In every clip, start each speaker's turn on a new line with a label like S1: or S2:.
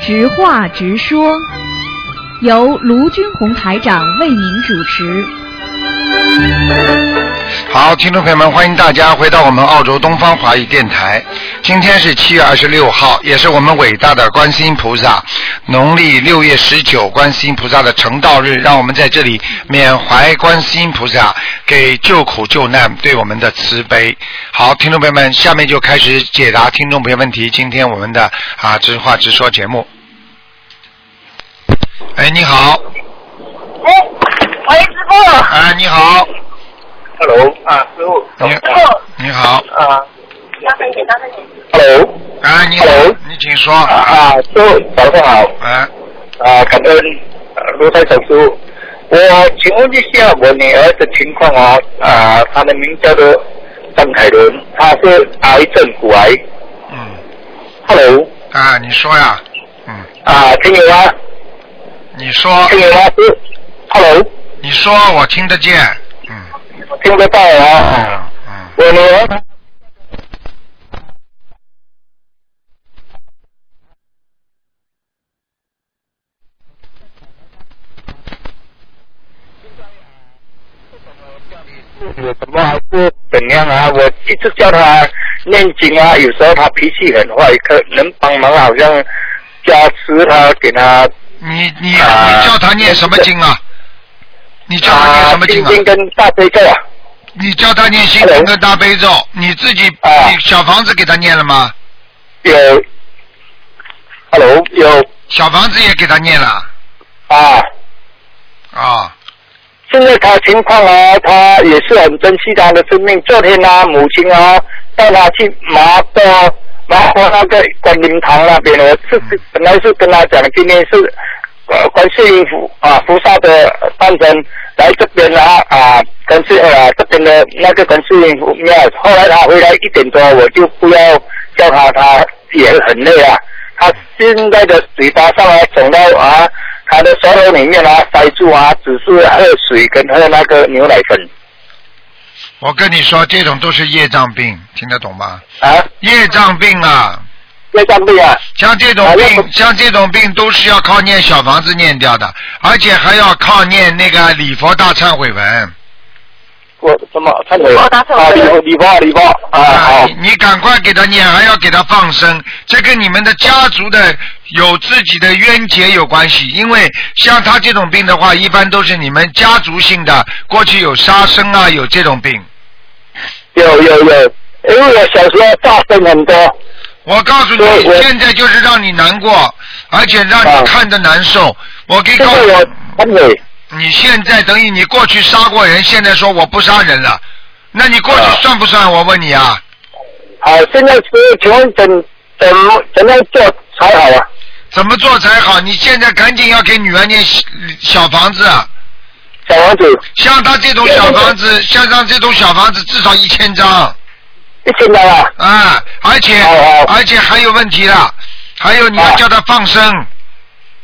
S1: 直话直说，由卢军红台长为您主持。
S2: 好，听众朋友们，欢迎大家回到我们澳洲东方华语电台。今天是七月二十六号，也是我们伟大的观世音菩萨农历六月十九观世音菩萨的成道日，让我们在这里缅怀观世音菩萨给救苦救难对我们的慈悲。好，听众朋友们，下面就开始解答听众朋友问题。今天我们的啊直话直说节目。哎，你好，
S3: 喂，哦喂，师傅。
S2: 哎，你好，
S4: Hello 啊，师傅。
S2: 你
S3: 师傅，
S2: 你好，
S4: 啊
S3: 稍等一点，稍等一点。
S4: ，Hello
S2: 哎，你好
S4: Hello，
S2: 你请说，
S4: 啊啊，师傅早上好
S2: 哎。
S4: 啊，感恩呃卢台长师傅。我请问一下我女儿的情况啊啊，她的名叫做张凯伦，她是癌症骨癌。
S2: 嗯，
S4: Hello
S2: 啊，你说呀，嗯，
S4: 啊，听有吗？
S2: 你说，
S4: 听有吗？是 Hello，
S2: 你说，我听得见，嗯，
S4: 听得到啊？
S2: 嗯嗯，
S4: 我女儿有什么还是怎样啊？我一直叫他念经啊，有时候他脾气很坏，可能帮忙好像加持他，给他
S2: 你你你
S4: 啊
S2: 叫他念什么经啊？你叫他念
S4: 啊
S2: 什么经啊
S4: 心？经跟大悲咒啊。
S2: 你叫他念心经跟大悲咒，你自己
S4: 啊
S2: 你小房子给他念了吗？
S4: 有，Hello，有
S2: 小房子也给他念了
S4: 啊。
S2: 啊
S4: 现在他情况啊，他也是很珍惜他的生命。昨天啊，母亲啊，带他去麻豆麻豆
S3: 哦
S4: 那个观音堂那边，我是
S2: 嗯
S4: 本来是跟他讲今天是呃观世音菩啊菩萨的呃诞生，来这边啊啊观世啊这边的那个观世音菩庙。后来他回来一点多，我就不要叫他，他也很累啊。他现在的嘴巴上啊，肿到啊，他的舌头里面啊塞住啊，只是喝水跟喝那个牛奶粉
S2: 我跟你说，这种都是业障病，听得懂吗？
S4: 啊，
S2: 业障病啊，
S4: 要上病啊，
S2: 像这种
S4: 啊那
S2: 病，
S4: 不
S2: 像这种病都是要靠念小房子念掉的，而且还要靠念那个礼佛大忏悔文
S4: 我什么忏悔
S3: 哦
S4: 啊
S3: 打错，
S4: 礼佛礼佛礼佛啊，好
S2: 哎你你赶快给他念，还要给他放生，这跟你们的家族的有自己的冤结有关系，因为像他这种病的话，一般都是你们家族性的，过去有杀生啊，有这种病。
S4: 有有有，因为我小时候大声很多，
S2: 我告诉
S4: 对
S2: 你，
S4: 我
S2: 现在就是让你难过，而且让
S4: 啊
S2: 你看着难受。我给
S4: 现
S2: 告
S4: 在
S2: 诉
S4: 我忏悔
S2: 你现在等于你过去杀过人，现在说我不杀人了，那你过去
S4: 啊
S2: 算不算？我问你啊，
S4: 啊，现在是请问怎怎么怎样做才好啊？
S2: 怎么做才好？你现在赶紧要给女儿念小小房子，啊
S4: 小王子
S2: 像他这种小房子，像他这种小房子至少一千张
S4: 一千来啊，
S2: 啊，而且
S4: 好好
S2: 而且还有问题了，还有你要
S4: 啊
S2: 叫他放生，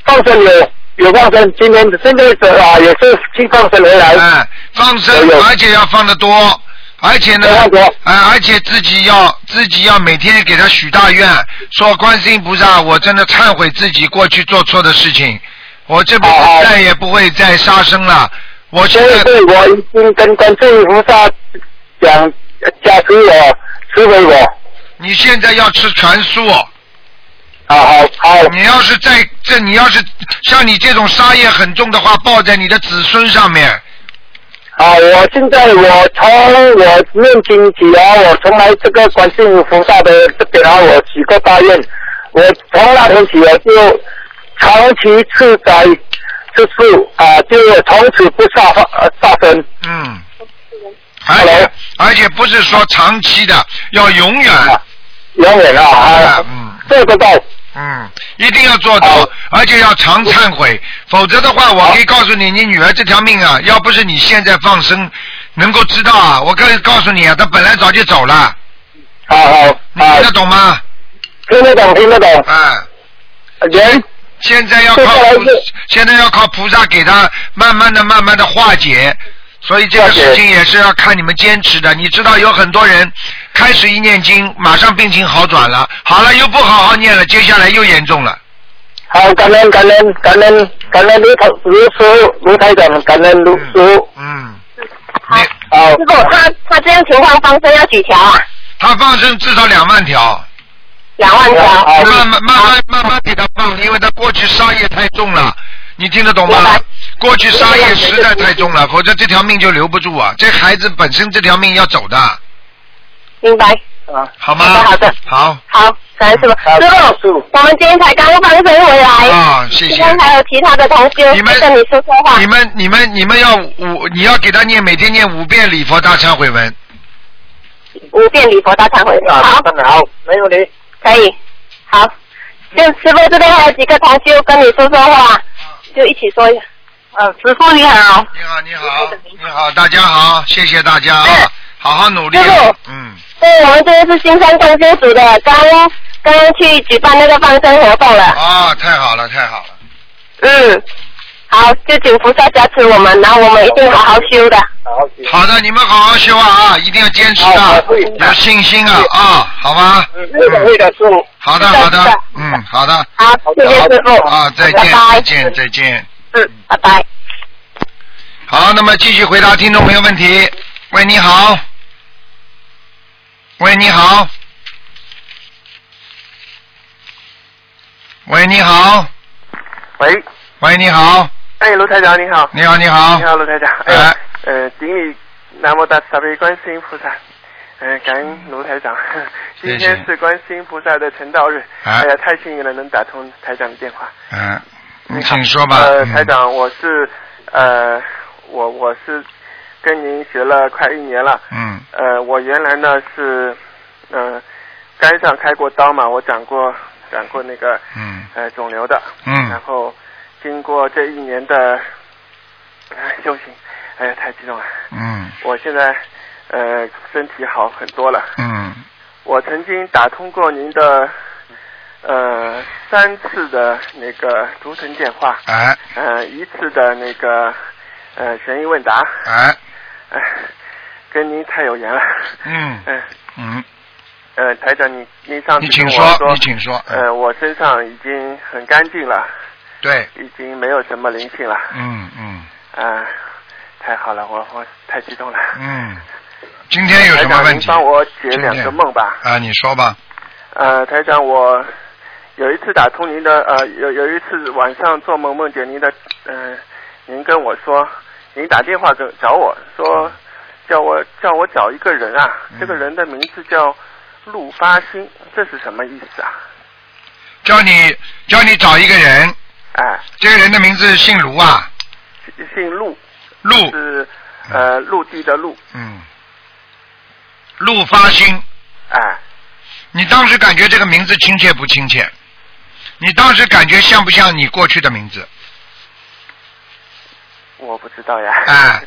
S4: 放生有有放生，今天现在是啊也是去放生回来。
S2: 哎，放生
S4: 哎呦，
S2: 而且要放得多，而且呢
S4: 要放多，
S2: 哎，而且自己要自己要每天给他许大愿，说观世音菩萨，我真的忏悔自己过去做错的事情，我这辈子
S4: 哦哦
S2: 再也不会再杀生了。我现
S4: 所以
S2: 在
S4: 对我已经跟观世音菩萨讲，呃加持我，慈悲我，
S2: 你现在要吃全素，
S4: 好啊好好，
S2: 你要是在这，你要是像你这种杀业很重的话，报在你的子孙上面。
S4: 好，啊我现在我从我念经起啊，我从来这个观世音菩萨的这边啊，我许过大愿，我从那天起我啊就长期吃斋吃素啊，就从此不杀呃杀生，
S2: 嗯，而且
S4: Hello
S2: 而且不是说长期的，要永远。
S4: 啊永远啊啊
S2: 嗯，
S4: 做得到，
S2: 嗯，一定要做到
S4: 好，
S2: 而且要常忏悔，否则的话，我
S4: 好
S2: 可以告诉你，你女儿这条命啊，要不是你现在放生，能够知道啊，我可以告诉你啊，她本来早就走了，
S4: 好好
S2: 你
S4: 啊
S2: 听得，懂吗？
S4: 听得懂听得懂，
S2: 啊，
S4: 人
S2: 现在要靠
S4: 接下来
S2: 菩
S4: 是，
S2: 现在要靠菩萨给她慢慢的、慢慢的化解。所以这个
S4: 化解
S2: 事情也是要看你们坚持的。你知道有很多人开始一念经，马上病情好转了，好了又不好好念了，接下来又严重了。
S4: 啊好，感恩感恩感恩感恩卢台卢师傅卢台长，感恩卢师傅。
S2: 嗯，
S3: 好，师
S4: 好，
S3: 傅，他他这样情况放生要几条啊？
S2: 他放生至少两万条，
S3: 两万条。
S4: 好
S2: 慢慢慢慢慢慢给他放，因为他过去杀业太重了，你听得懂
S3: 明
S2: 吗
S3: 白？
S2: 过去杀业实在太重了，否则这条命就留不住啊！这孩子本身这条命要走的，
S3: 明白。
S4: 啊，
S2: 好吗？
S3: 好的
S2: 好
S3: 好，感恩师傅。
S4: 好
S3: 师
S4: 师傅
S3: 傅，我们今天才刚放生回
S4: 哎
S3: 来，
S2: 啊，谢
S3: 今
S2: 谢。
S3: 天还有其他的同修
S2: 你们
S3: 跟你说说话
S2: 你。们你们你们要五，你要给他念每天念五遍礼佛大忏悔文，
S3: 无遍礼佛大忏悔。
S4: 啊
S3: 好，
S4: 好，没有你。
S3: 可以。好，就师傅这边还有几个同修跟你说说话，就一起说一下。嗯，师傅你好。
S2: 你好，你好，你好，大家好，谢谢大家啊
S4: 哎
S3: 嗯，
S2: 好好努力
S3: 师傅，
S2: 嗯，
S3: 对，我们这个是新山共修组的，刚刚刚去举办那个放生活动了。
S2: 啊，太好了，太好了，
S3: 嗯，好，就请菩萨加持我们，然后我们一定好好修的。
S4: 好，
S2: 好的，你们好好修啊，一定要坚持
S4: 好
S2: 啊
S4: 会，
S2: 有信心啊啊，好吧，嗯
S4: 会的会的，师傅。
S2: 好的
S3: 是的
S2: 好
S3: 是
S2: 的
S3: 的，
S2: 嗯，好的，
S3: 好，谢谢师傅。
S2: 啊，再
S3: 拜
S2: 见
S3: 拜
S2: 再见再见，
S3: 嗯，拜拜。
S2: 好，那么继续回答听众朋友问题，喂，你好，喂，你好，喂，你好。
S5: 喂，
S2: 喂，你好，
S5: 哎，卢台长你好，
S2: 你好，你好，
S5: 你好卢台长，哎
S2: 哎
S5: 呀，呃，顶礼南无大慈大悲观世音菩萨，嗯、感恩卢台长，
S2: 谢谢
S5: 今天是观世音菩萨的成道日，
S2: 哎
S5: 哎呀，太幸运了，能打通台长的电话。
S2: 嗯，你
S5: 你好
S2: 请说吧，
S5: 呃，
S2: 嗯
S5: 台，长，我是呃，我我是跟您学了快一年了，
S2: 嗯
S5: 呃，我原来呢是呃肝上开过刀嘛，我长过长过那个
S2: 嗯
S5: 呃肿瘤的，然
S2: 嗯，
S5: 后经过这一年的、哎修行，哎呀，太激动了！
S2: 嗯
S5: 我现在呃身体好很多了。
S2: 嗯
S5: 我曾经打通过您的呃三次的那个图腾电话，
S2: 哎
S5: 呃一次的那个呃悬疑问答，
S2: 哎，
S5: 哎，跟您太有缘了。
S2: 嗯
S5: 嗯
S2: 嗯，
S5: 呃，台长，你你上次
S2: 你请
S5: 跟我
S2: 说，你请说，嗯，
S5: 呃，我身上已经很干净了，
S2: 对，
S5: 已经没有什么灵性了。
S2: 嗯嗯
S5: 啊，太好了，我我太激动了。
S2: 嗯，今天有什么
S5: 台长，
S2: 问
S5: 您
S2: 题？
S5: 帮我解两个梦吧。
S2: 啊，你说吧，
S5: 呃，台长，我有一次打通您的，呃，有有一次晚上做梦梦见您的，嗯、您跟我说，您打电话跟找我说，叫我叫我找一个人啊，
S2: 嗯
S5: 这个人的名字叫陆发新，这是什么意思啊？
S2: 叫你叫你找一个人，
S5: 哎，
S2: 这个人的名字姓卢啊，
S5: 姓姓陆，
S2: 陆，
S5: 是呃陆地的陆，
S2: 嗯，陆发新，
S5: 哎，
S2: 你当时感觉这个名字亲切不亲切？你当时感觉像不像你过去的名字？
S5: 我不知道呀。
S2: 哎，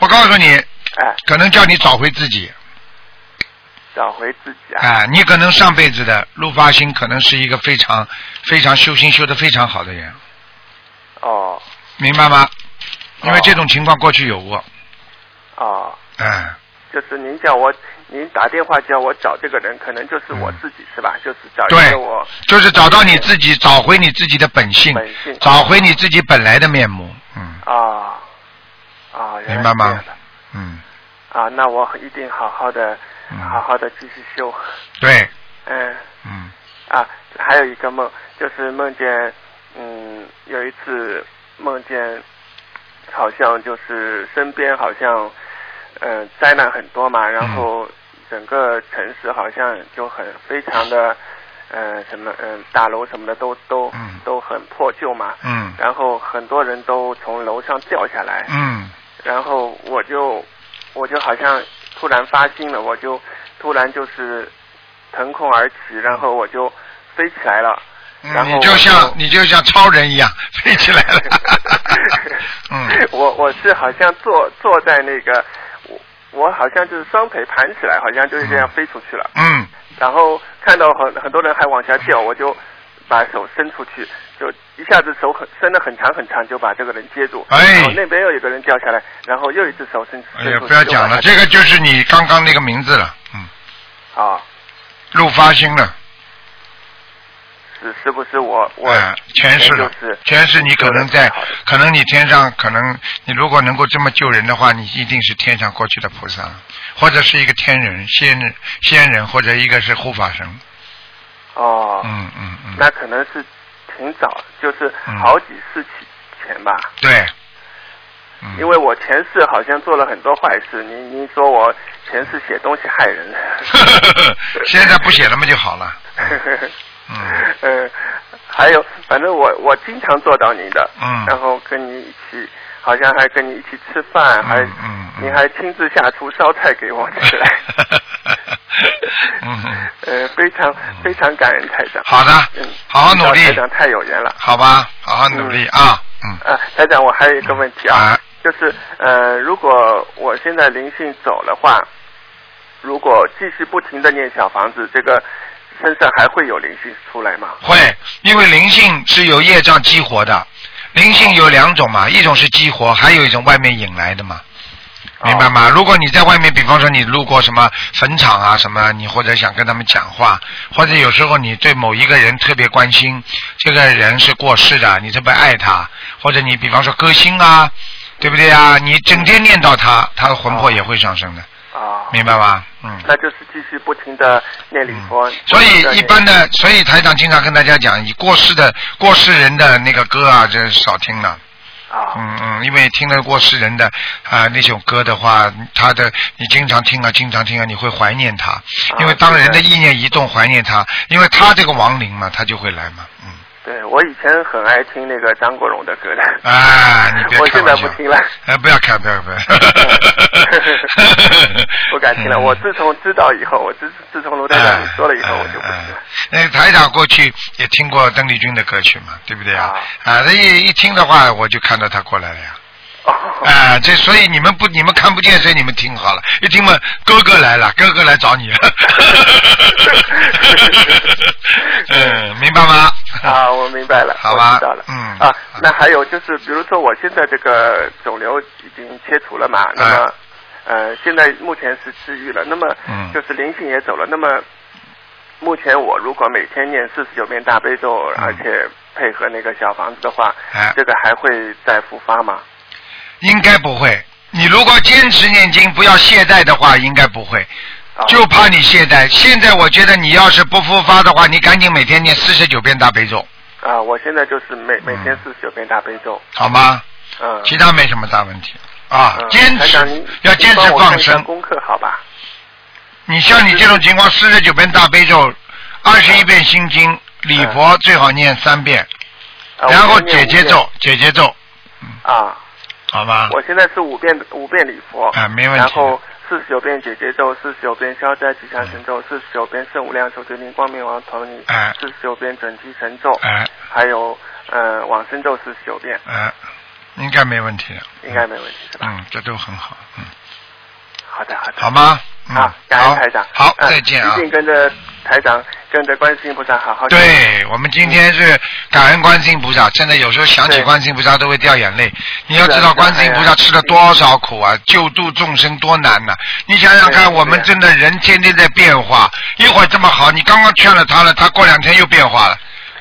S2: 我告诉你，
S5: 哎，
S2: 可能叫你找回自己。
S5: 找回自己啊。
S2: 哎，你可能上辈子的陆发心可能是一个非常非常修心修得非常好的人，
S5: 哦
S2: 明白吗？因为
S5: 哦
S2: 这种情况过去有过。
S5: 哦，
S2: 哎，
S5: 就是您叫我，您打电话叫我找这个人，可能就是我自己、是吧？就是找
S2: 嗯
S5: 一
S2: 对
S5: 个我，
S2: 就是找到你自己，找回你自己的本性
S5: 本性，
S2: 找回你自己本来的面目。嗯
S5: 啊啊，原来
S2: 明白吗
S5: 是这样的？
S2: 嗯，
S5: 啊，那我一定好好的，
S2: 嗯
S5: 好好的继续修。
S2: 对，
S5: 嗯
S2: 嗯
S5: 啊，还有一个梦，就是梦见，嗯，有一次梦见，好像就是身边好像，嗯、灾难很多嘛，然后
S2: 嗯
S5: 整个城市好像就很非常的，嗯，什么，嗯、大楼什么的都都
S2: 嗯
S5: 都很破旧嘛，
S2: 嗯
S5: 然后很多人都从楼上掉下来，
S2: 嗯
S5: 然后我就我就好像突然发心了，我就突然就是腾空而起，然后我就飞起来了。 然
S2: 嗯，
S5: 后
S2: 你就像
S5: 我
S2: 你就像超人一 样飞起来了。 嗯，
S5: 我我是好像坐坐在那个我我好像就是双腿盘起来，好像就是这样
S2: 嗯
S5: 飞出去了。
S2: 嗯
S5: 然后看到很很多人还往下掉，我就把手伸出去，就一下子手很伸得很长很长，就把这个人接住。
S2: 哎
S5: 然后那边又有一个人掉下来，然后又一只手伸
S2: 哎
S5: 伸
S2: 呀，
S5: 出去。
S2: 不要讲了，这个就是你刚刚那个名字了。嗯，
S5: 啊、哦
S2: 陆发心了。
S5: 是是不是我我
S2: 嗯，前世了
S5: 就是，
S2: 前世你可能在
S5: 好的，
S2: 可能你天上，可能你如果能够这么救人的话，你一定是天上过去的菩萨，或者是一个天人、仙人、仙人，或者一个是护法神。
S5: 哦，
S2: 嗯嗯嗯，
S5: 那可能是挺早，就是
S2: 嗯
S5: 好几世起前吧。
S2: 对。嗯
S5: 因为我前世好像做了很多坏事，您您说我前世写东西害人，
S2: 嗯 现在不写了嘛就好了。 嗯
S5: 嗯，还有，反正我我经常做到您的，
S2: 嗯
S5: 然后跟你一起，好像还跟你一起吃饭，还
S2: 嗯嗯嗯
S5: 您还亲自下厨烧菜给我吃，
S2: 嗯，
S5: 呃，非常非常感恩台长，
S2: 好的
S5: 嗯，
S2: 好好努
S5: 知道台
S2: 力，
S5: 长太有缘了。
S2: 好吧，好好努力啊，嗯，
S5: 啊，台长，我还有一个问题啊
S2: 啊，
S5: 就是呃，如果我现在灵性走的话，如果继续不停的念小房子，这个身上还会有灵性出来吗？
S2: 会，因为灵性是由业障激活的，灵性有两种嘛，一种是激活，还有一种外面引来的嘛。明白吗？如果你在外面，比方说你路过什么坟场啊什么，你或者想跟他们讲话，或者有时候你对某一个人特别关心，这个人是过世的，你特别爱他，或者你比方说歌星啊，对不对啊？你整天念叨他，他的魂魄也会上升的，
S5: 啊，
S2: 明白吗？嗯。
S5: 那就是继续不停的念礼佛。
S2: 所
S5: 不停地
S2: 以一
S5: 念
S2: 般的，所以台长经常跟大家讲，以过世的过世人的那个歌啊，这少听了。
S5: 啊，
S2: 嗯嗯，因为听了过世人的啊、那首歌的话，他的你经常听啊，经常听啊，你会怀念他，因为当人的意念一动，怀念他，因为他这个亡灵嘛，他就会来嘛。嗯，
S5: 对我以前很爱听那个张国荣的歌的。
S2: 啊，你别
S5: 我
S2: 开
S5: 现在
S2: 玩
S5: 不
S2: 笑。
S5: 听了，
S2: 哎，不要看，不要不要。
S5: 不敢听了。
S2: 嗯
S5: 我自从知道以后，我自自从罗台长你说了以后，我就不
S2: 哎
S5: 听了。
S2: 哎哎那台长过去也听过邓丽君的歌曲嘛，对不对啊？啊，那一一听的话，我就看到他过来了呀。
S5: 哦，
S2: 啊，这所以你们不你们看不见，所以你们听好了，一听嘛，哥哥来了，哥哥来找 你了。嗯，明白吗？
S5: 啊，我明白了，
S2: 好吧
S5: 我知道了。
S2: 嗯
S5: 啊，那还有就是，比如说我现在这个肿瘤已经切除了
S2: 哎
S5: 嘛，那么呃，现在目前是治愈了，那么
S2: 嗯
S5: 就是灵性也走了，那么目前我如果每天念四十九遍大悲咒，而且配合那个小房子的话
S2: 嗯哎，
S5: 这个还会再复发吗？
S2: 应该不会。你如果坚持念经，不要懈怠的话，应该不会。
S5: 啊
S2: 就怕你懈怠。现在我觉得你要是不复发的话，你赶紧每天念四十九遍大悲咒，
S5: 啊，我现在就是每每天
S2: 嗯
S5: 四十九遍大悲咒，
S2: 好吗？
S5: 嗯。
S2: 其他没什么大问题啊，
S5: 嗯
S2: 坚
S5: 台长
S2: 持
S5: 您
S2: 要坚持
S5: 您帮我看
S2: 放
S5: 一下
S2: 生。
S5: 功课好嗯吧？
S2: 你像你这种情况，四十九遍大悲咒，二十一遍心经，礼佛最好念三遍，
S5: 嗯啊
S2: 然
S5: 我
S2: 后
S5: 先念
S2: 解结
S5: 五遍
S2: 咒，解结咒，
S5: 啊，
S2: 好吗？
S5: 我现在是五遍五遍礼佛，
S2: 啊没问题
S5: 然后四十九遍姐姐咒，四十九遍消灾吉祥神
S2: 嗯
S5: 咒，四十九遍圣无量寿决定光明王陀罗尼
S2: 哎，
S5: 四十九遍准提神咒，
S2: 哎
S5: 还有呃往生咒四十九遍，
S2: 哎，应该没问题的。
S5: 应该没问题是吧？
S2: 嗯，这都很好，嗯，
S5: 好的好的，
S2: 好？吗？嗯，
S5: 好，感
S2: 好
S5: 恩台长，
S2: 好，
S5: 嗯
S2: 再见啊
S5: 一。定跟着台长，跟着观世音菩萨好好修
S2: 对，我们今天是感恩观世音菩萨，真的有时候想起
S5: 对
S2: 观世音菩萨都会掉眼泪。你要
S5: 是啊
S2: 知道
S5: 是啊
S2: 观世音菩
S5: 哎
S2: 萨
S5: 呀
S2: 吃了多少苦啊，救度众生多难呐、你想想
S5: 对啊
S2: 看，我们
S5: 对啊
S2: 真的人天天在变化，一会儿这么好，你刚刚劝了他了，他过两天又变化了。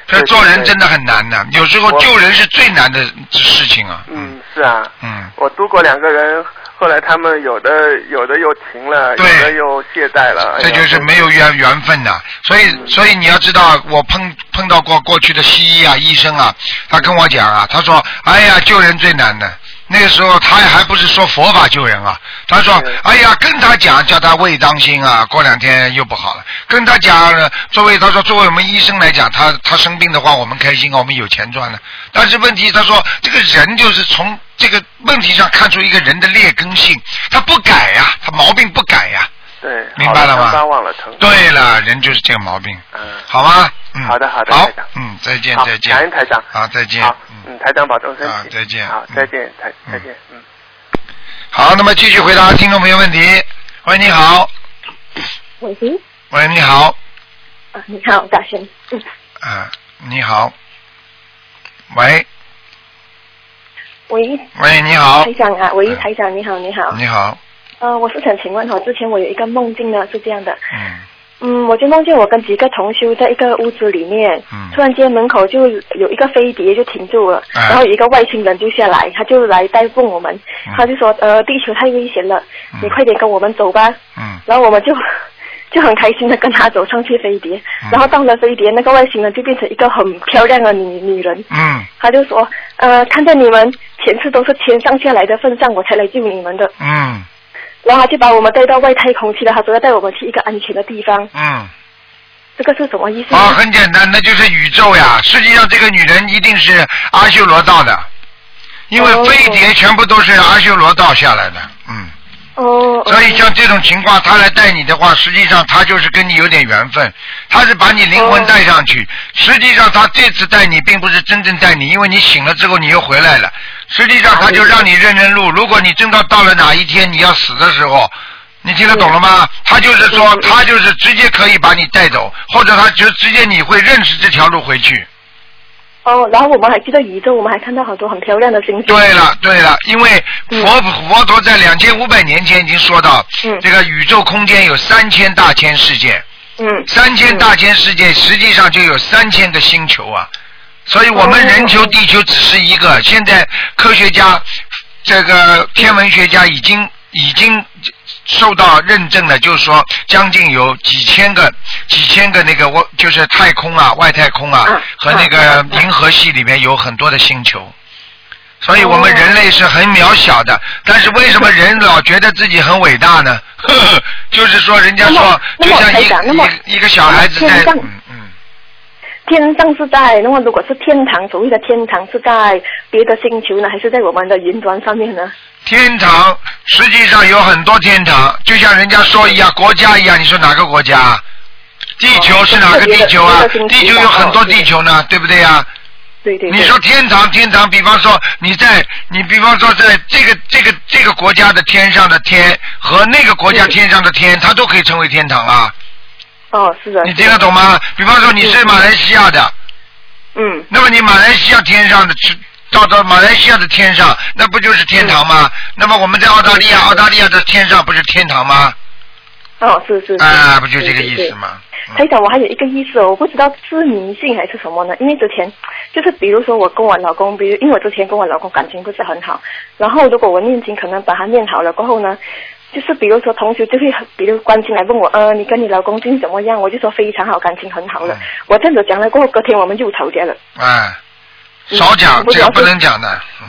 S2: 所以
S5: 对
S2: 做人
S5: 对
S2: 真的很难呐、有时候
S5: 我
S2: 救人是最难的事情啊。
S5: 嗯，是啊，
S2: 嗯
S5: 我度过两个人，后来他们有的有的又停了，有
S2: 对
S5: 的又懈怠了，哎
S2: 这
S5: 呀嗯
S2: 就是没有缘缘分呐、所以所以你要知道，我碰碰到过过去的西医啊、医生啊，他跟我讲啊，他说：“哎呀，救人最难的。”那个时候他还不是说佛法救人啊，他说
S5: 对：“
S2: 哎呀，跟他讲，叫他胃当心啊，过两天又不好了。跟他讲，呃作为他说作为我们医生来讲，他他生病的话，我们开心啊，我们有钱赚了。但是问题他说，这个人就是从这个问题上看出一个人的劣根性，他不改呀、他毛病不改啊呀、
S5: 对，
S2: 明白了吗
S5: 好伤忘了疼。
S2: 对了，人就是这个毛病，
S5: 嗯，
S2: 好吗？嗯，
S5: 好的好的
S2: 好
S5: 台长，
S2: 嗯，再见
S5: 好，
S2: 再
S5: 感
S2: 见，
S5: 恩台长。
S2: 好，再见
S5: 好，，
S2: 嗯，
S5: 嗯，台长保重身体。
S2: 啊再见
S5: 好
S2: 嗯，
S5: 再见，台
S2: 嗯
S5: 再见，嗯。
S2: 好，那么继续回答听众朋友问题。喂，你好，
S6: 喂，喂
S2: 喂，你好，
S6: 啊，你好，大声，嗯，
S2: 啊，你好，喂，
S6: 喂，
S2: 喂，你好
S6: 台，长啊，喂
S2: 嗯，
S6: 台长，你好，你好，
S2: 你好，
S6: 哦呃，我是想请问哈，之前我有一个梦境呢，是这样的，
S2: 嗯，
S6: 嗯，我就梦见我跟几个同修在一个屋子里面，
S2: 嗯
S6: 突然间门口就有一个飞碟就停住了，
S2: 啊
S6: 然后有一个外星人就下来，他就来带问我们，他就说呃地球太危险了，
S2: 嗯
S6: 你快点跟我们走吧，
S2: 嗯
S6: 然后我们就 就很开心的跟他走上去飞碟，
S2: 嗯
S6: 然后到了飞碟，那个外星人就变成一个很漂亮的女女人，
S2: 嗯
S6: 他就说呃看在你们前次都是天上下来的份上，我才来救你们的，
S2: 嗯
S6: 然后他就把我们带到外太空去了，他说要带我们去一个安全的地方，
S2: 嗯，
S6: 这个是什么意思呢？
S2: 啊，很简单，那就是宇宙呀。实际上，这个女人一定是阿修罗道的，因为
S6: 哦
S2: 飞碟全部都是阿修罗道下来的。嗯，
S6: 哦，
S2: 所以像这种情况，她来带你的话，实际上她就是跟你有点缘分，她是把你灵魂带上去。实际上，她这次带你，并不是真正带你，因为你醒了之后你又回来了。实际上，她就让你认认路。如果你真的到了哪一天你要死的时候，你听得懂了吗？他就是说，
S6: 嗯
S2: 他就是直接可以把你带走，或者他就直接你会认识这条路回去。
S6: 哦，然后我们还去到宇宙，我们还看到好多很漂亮的星星。
S2: 对了，对了，因为
S6: 嗯
S2: 佛佛陀在两千五百年前已经说到
S6: 嗯，
S2: 这个宇宙空间有三千大千世界，
S6: 嗯
S2: 三千大千世界实际上就有三千个星球啊，所以我们
S6: 哦
S2: 人球、地球只是一个。现在科学家、这个天文学家已经已经受到认证了，就是说将近有几千个、几千个那个我就是太空啊、外太空啊
S6: 嗯
S2: 和那个
S6: 嗯嗯
S2: 银河系里面有很多的星球。所以我们
S6: 哦
S2: 人类是很渺小的，但是为什么人老觉得自己很伟大呢？ 呵呵就是说，人家
S6: 那
S2: 说
S6: 么，
S2: 就
S6: 那么
S2: 像一
S6: 台长那么
S2: 一一个小孩子在，
S6: 天上
S2: 嗯嗯，
S6: 天上是在，那么如果是天堂，所谓的天堂是在别的星球呢，还是在我们的云端上面呢？
S2: 天堂实际上有很多天堂，就像人家说一样，国家一样，你说哪个国家？地球是哪个地球啊
S6: 就是别？的别的星球
S2: 地球有很多地球呢，对不对呀、
S6: 对对对。
S2: 你说天堂，天堂，比方说你在，你比方说在这个这个这个国家的天上的天和那个国家
S6: 嗯
S2: 天上的天，它都可以成为天堂啊。
S6: 哦，是的。
S2: 你听得懂吗？比方说你是马来西亚的，
S6: 嗯，
S2: 那么你马来西亚天上的吃到到马来西亚的天上，那不就是天堂吗？
S6: 嗯
S2: 那么我们在澳大利亚，澳大利亚的天上不是天堂吗？
S6: 哦，是是。是
S2: 啊，不就这个
S6: 对
S2: 意
S6: 对对
S2: 思吗？嗯
S6: 台长，我还有一个意思哦，我不知道是迷信还是什么呢？因为之前就是比如说我跟我老公，比如因为我之前跟我老公感情不是很好，然后如果我念经可能把他念好了过后呢，就是比如说同学就会很比如关心来问我，呃，你跟你老公最近怎么样？我就说非常好，感情很好了。
S2: 嗯
S6: 我这样子讲了过后，隔天我们就吵架了。
S2: 哎，
S6: 嗯
S2: 少讲
S6: 我，不
S2: 这个
S6: 了解
S2: 不能讲的。嗯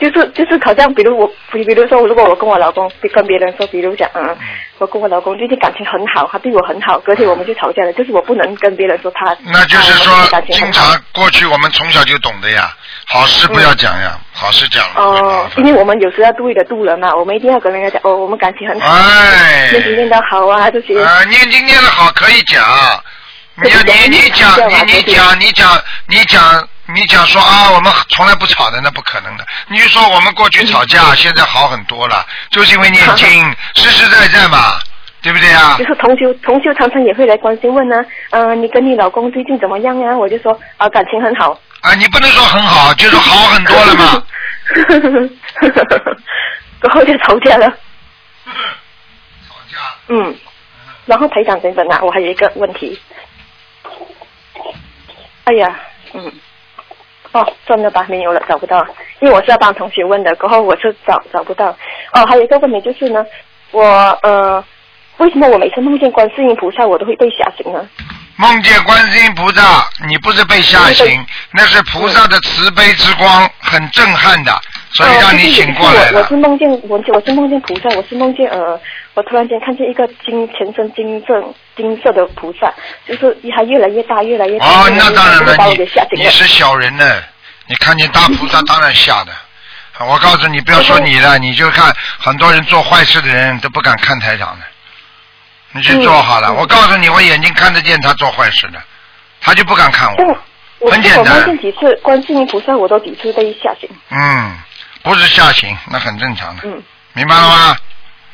S6: 就是就是好像比如我比比如说如果我跟我老公跟别人说，比如讲嗯，我跟我老公最近感情很好，他对我很好，隔天我们就吵架了。就是我不能跟别人说他，
S2: 那就是
S6: 啊我们
S2: 说
S6: 感，情
S2: 经
S6: 很好。
S2: 常过去我们从小就懂的呀，好事不要讲呀，好事讲了会麻
S6: 哦，因为
S2: 烦。
S6: 我们有时要度的度人嘛，我们一定要跟人家讲哦，我们感情很好，
S2: 哎，
S6: 练习练得好啊这些。
S2: 啊，念经念的好可以讲，你要
S6: 可
S2: 你
S6: 是
S2: 你
S6: 讲
S2: 讲
S6: 一
S2: 你
S6: 下吧
S2: 你
S6: 就是
S2: 讲你讲你讲你讲说啊，我们从来不吵的，那不可能的。你就说我们过去吵
S6: 嗯
S2: 架，现在好很多了，就是因为念 经，实实在在嘛，对不对啊
S6: 就？是同修，同修常常也会来关心问呢、嗯、你跟你老公最近怎么样啊？我就说啊、感情很好。
S2: 啊，你不能说很好，就是好很多了 嘛。
S6: 然后就吵架了，
S2: 吵架，
S6: 嗯。然后台长等等啊，我还有一个问题。哎呀，嗯，哦，算了吧，没有了，找不到，因为我是要帮同学问的，过后我就找找不到。哦，还有一个问题就是呢，我呃，为什么我每次梦见观世音菩萨，我都会被吓醒呢？
S2: 梦见观世音菩萨，你不是被吓
S6: 嗯
S2: 醒，那是菩萨的慈悲之光，很震撼的，所以
S6: 哦
S2: 让
S6: 就是
S2: 你
S6: 有一
S2: 醒
S6: 次
S2: 过来
S6: 我
S2: 了
S6: 我是。梦见我我是梦见菩萨，我是梦见呃，我突然间看见一个金全身金色金色的菩萨，就是它越来越大，越来越大，
S2: 哦，
S6: 越来
S2: 那
S6: 越
S2: 当
S6: 大，
S2: 然
S6: 就是把
S2: 了，
S6: 我给
S2: 你
S6: 吓醒
S2: 你
S6: 了。
S2: 是小人呢，你看见大菩萨当然吓的。啊我告诉你，不要说你
S6: 嗯
S2: 了，你就看很多人做坏事的人都不敢看台长的，你去做好了。
S6: 嗯嗯
S2: 我告诉你，我眼睛看得见他做坏事的，他就不敢看
S6: 但我
S2: 我。
S6: 我
S2: 很简
S6: 我
S2: 单
S6: 梦见几次观世音菩萨，我都几次被吓醒，
S2: 嗯，不是吓醒，那很正常的，
S6: 嗯，
S2: 明白了吗？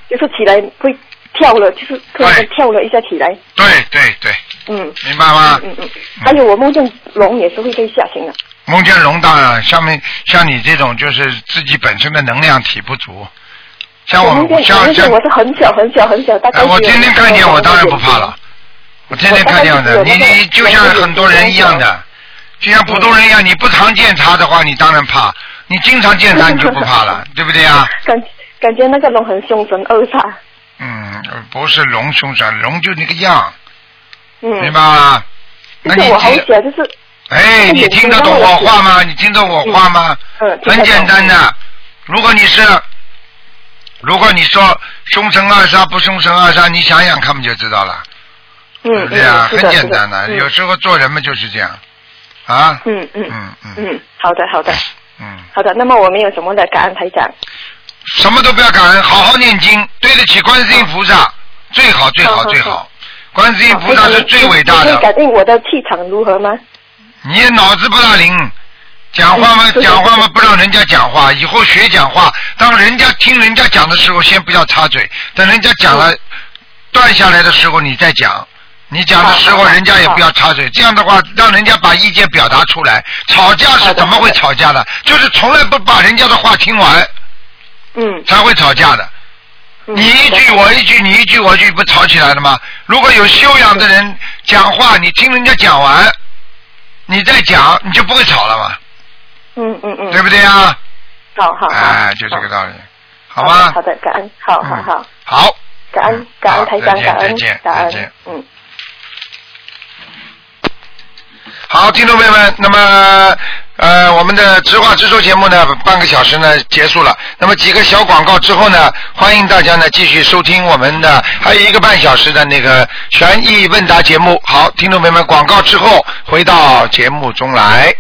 S6: 就是起来会跳了，就是突然间
S2: 对啊
S6: 跳了一下起来，
S2: 对对对，
S6: 嗯。
S2: 明白吗？
S6: 嗯嗯嗯，还有我梦见龙也是会被吓醒的，
S2: 梦见龙当然，像面像你这种就是自己本身的能量体不足，像我
S6: 梦见
S2: 们像
S6: 梦见
S2: 像
S6: 我是很小很小很小，大概
S2: 哎，
S6: 只有、
S2: 我天天看见，我当然不怕了。我天天看样的，
S6: 我
S2: 你
S6: 刚开始
S2: 你就像很多人一样的，就像普通人一样，你不常见他的话，你当然怕；你经常见他，你就不怕 了，对不对啊？
S6: 感感觉那个龙很凶神恶煞，
S2: 嗯，呃不是龙凶神，龙就那个样，
S6: 嗯，
S2: 明白吗？那
S6: 就是
S2: 你
S6: 我好
S2: 听，
S6: 写，就是
S2: 哎，你听得懂我话吗？你听得懂我话吗？
S6: 嗯，听得
S2: 很
S6: 懂
S2: 简单，的，如果你是，如果你说凶神恶煞不凶神恶煞，你想想看不就知道了，
S6: 嗯
S2: 对不
S6: 嗯，
S2: 对啊？
S6: 是
S2: 很简单的，
S6: 是
S2: 有时候做人嘛就是这样，啊，
S6: 嗯嗯嗯
S2: 嗯嗯
S6: 嗯，好的好的
S2: 嗯，
S6: 好的，那么我们有什么的感恩台长？
S2: 什么都不要感恩，好好念经，对得起观世音菩萨，最好最好
S6: 好好
S2: 最
S6: 好
S2: 好，观世音菩萨是最伟大
S6: 你可以
S2: 的，
S6: 感应我的气场如何吗？
S2: 你脑子不大灵。讲话嘛
S6: 嗯，对
S2: 讲话嘛，
S6: 对
S2: 不让人家讲话。以后学讲话，当人家听人家讲的时候，先不要插嘴。等人家讲
S6: 嗯
S2: 了，断下来的时候，你再讲。你讲的时
S6: 好
S2: 候，
S6: 好好
S2: 人家也不要插嘴。这样的话，让人家把意见表达出来。吵架
S6: 好
S2: 是
S6: 的
S2: 怎么
S6: 好
S2: 会
S6: 的
S2: 吵架的？就是从来不把人家的话听完，
S6: 嗯，
S2: 才会吵架的。
S6: 嗯
S2: 你一句我一句，你一句我一句，不吵起来了吗？如果有修养的人讲话，你听人家讲完，你再讲，你就不会吵了嘛，
S6: 嗯嗯嗯，
S2: 对不对啊？
S6: 好好，好
S2: 哎，就这个道理，好
S6: 好
S2: 吧
S6: 好？的，感恩，好好好
S2: 嗯，好，
S6: 感恩感恩台
S2: 好
S6: 长，
S2: 再见
S6: 感恩
S2: 再见
S6: 感
S2: 再见
S6: 恩，嗯。
S2: 好，听众朋友们，那么呃，我们的直话直说节目呢，半个小时呢结束了。那么几个小广告之后呢，欢迎大家呢继续收听我们的还有一个半小时的那个悬疑问答节目。好，听众朋友们，广告之后回到节目中来。